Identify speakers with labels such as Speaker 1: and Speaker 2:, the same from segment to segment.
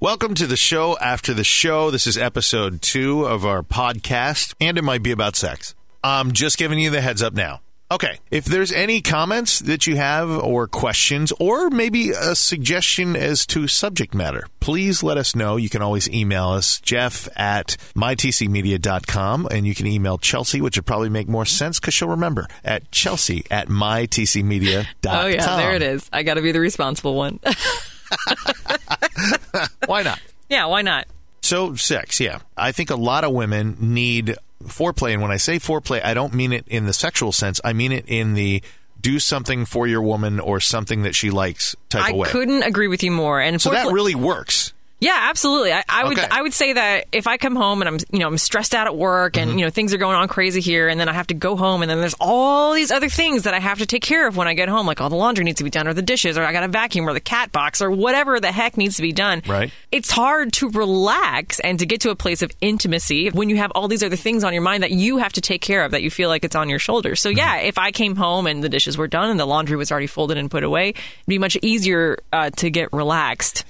Speaker 1: Welcome to the show after the show. This is episode two of our podcast, and it might be about sex. I'm just giving you the heads up now. Okay, if there's any comments that you have, or questions, or maybe a suggestion as to subject matter, please let us know. You can always email us, jeff at mytcmedia.com, and you can email Chelsea, which would probably make more sense because she'll remember, at chelsea at mytcmedia.com.
Speaker 2: Oh yeah, there it is. I got to be the responsible one.
Speaker 1: Why not?
Speaker 2: yeah, why not?
Speaker 1: So, sex, yeah. I think a lot of women need foreplay. And when I say foreplay, I don't mean it in the sexual sense. I mean it in the do something for your woman or something that she likes type
Speaker 2: I
Speaker 1: of way.
Speaker 2: couldn't agree with you more. And
Speaker 1: so that
Speaker 2: fortunately-
Speaker 1: really works.
Speaker 2: yeah, absolutely. I, I would
Speaker 1: Okay.
Speaker 2: I would say that if I come home and I'm you know I'm stressed out at work
Speaker 1: Mm-hmm.
Speaker 2: and you know things are going on crazy here and then I have to go home and then there's all these other things that I have to take care of when I get home like all the laundry needs to be done or the dishes or I got to vacuum or the cat box or whatever the heck needs to be done.
Speaker 1: Right.
Speaker 2: It's hard to relax and to get to a place of intimacy when you have all these other things on your mind that you have to take care of that you feel like it's on your shoulders. So yeah,
Speaker 1: Mm-hmm.
Speaker 2: if I came home and the dishes were done and the laundry was already folded and put away, it'd be much easier uh, to get relaxed.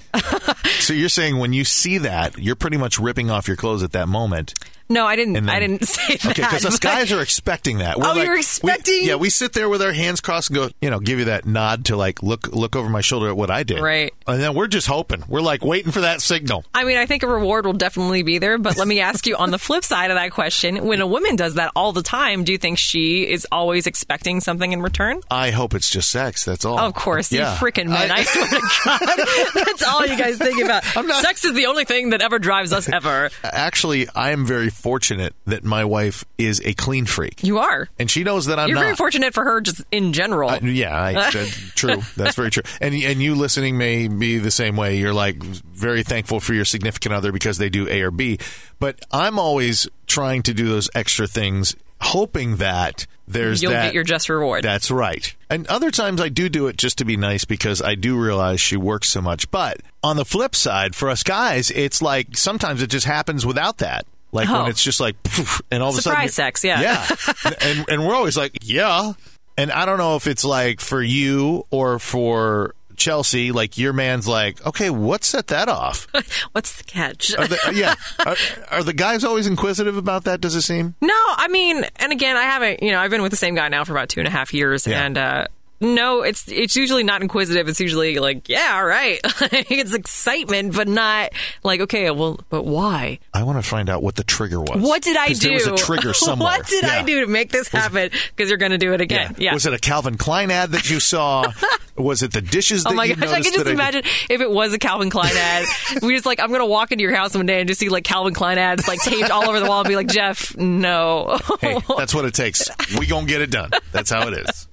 Speaker 1: So you're saying when you see that, you're pretty much ripping off your clothes at that moment.
Speaker 2: No, I didn't.
Speaker 1: And then-
Speaker 2: I didn't say that.
Speaker 1: Okay, because us
Speaker 2: but-
Speaker 1: guys are expecting that. We're
Speaker 2: Oh,
Speaker 1: like-
Speaker 2: you're
Speaker 1: we-
Speaker 2: expecting-
Speaker 1: yeah, we sit there with our hands crossed and go, you know, give you that nod to like look look over my shoulder at what I did.
Speaker 2: Right.
Speaker 1: And then we're just hoping. We're like waiting for that signal.
Speaker 2: I mean, I think a reward will definitely be there. But let me ask you on the flip side of that question: When a woman does that all the time, do you think she is always expecting something in return?
Speaker 1: I hope it's just sex. That's all.
Speaker 2: Of course,
Speaker 1: Yeah.
Speaker 2: you freaking men! I, swear to God, that's all you guys think about.
Speaker 1: not-
Speaker 2: Sex is the only thing that ever drives us ever.
Speaker 1: Actually, I am very fortunate that my wife is a clean freak,
Speaker 2: You are.
Speaker 1: and she knows that I'm
Speaker 2: You're
Speaker 1: not.
Speaker 2: very fortunate for her, just in general.
Speaker 1: Uh, yeah, I, that- true. That's very true. And and you listening may be the same way. You're like very thankful for your significant other because they do A or B. But I'm always trying to do those extra things, hoping that there's
Speaker 2: You'll
Speaker 1: that
Speaker 2: get your just reward.
Speaker 1: That's right. And other times I do do it just to be nice because I do realize she works so much. But on the flip side, for us guys, it's like sometimes it just happens without that. Like
Speaker 2: Oh.
Speaker 1: when it's just like, poof, and all of a sudden.
Speaker 2: Surprise sex, yeah.
Speaker 1: Yeah. and, and we're always like, yeah. And I don't know if it's like for you or for Chelsea, like your man's like, okay, what set that off?
Speaker 2: What's the catch?
Speaker 1: Are the, yeah. Are, are the guys always inquisitive about that, does it seem?
Speaker 2: No, I mean, and again, I haven't. You know, I've been with the same guy now for about two and a half years,
Speaker 1: Yeah.
Speaker 2: and uh, no, it's it's usually not inquisitive. It's usually like, yeah, all right, it's excitement, but not like, okay, well, but why?
Speaker 1: I want to find out what the trigger was.
Speaker 2: What did I
Speaker 1: 'Cause
Speaker 2: do?
Speaker 1: There was a trigger somewhere.
Speaker 2: what did I
Speaker 1: Yeah.
Speaker 2: do to make this happen? Because you're going to do it again. Yeah.
Speaker 1: Was it a Calvin Klein ad that you saw? was it the dishes that
Speaker 2: Oh my
Speaker 1: you
Speaker 2: gosh, I
Speaker 1: noticed
Speaker 2: can just
Speaker 1: that I-
Speaker 2: imagine if it was a Calvin Klein ad. we just like, I'm gonna walk into your house one day and just see like Calvin Klein ads like taped all over the wall and be like, Jeff, no.
Speaker 1: Hey, that's what it takes. We gonna get it done. That's how it is.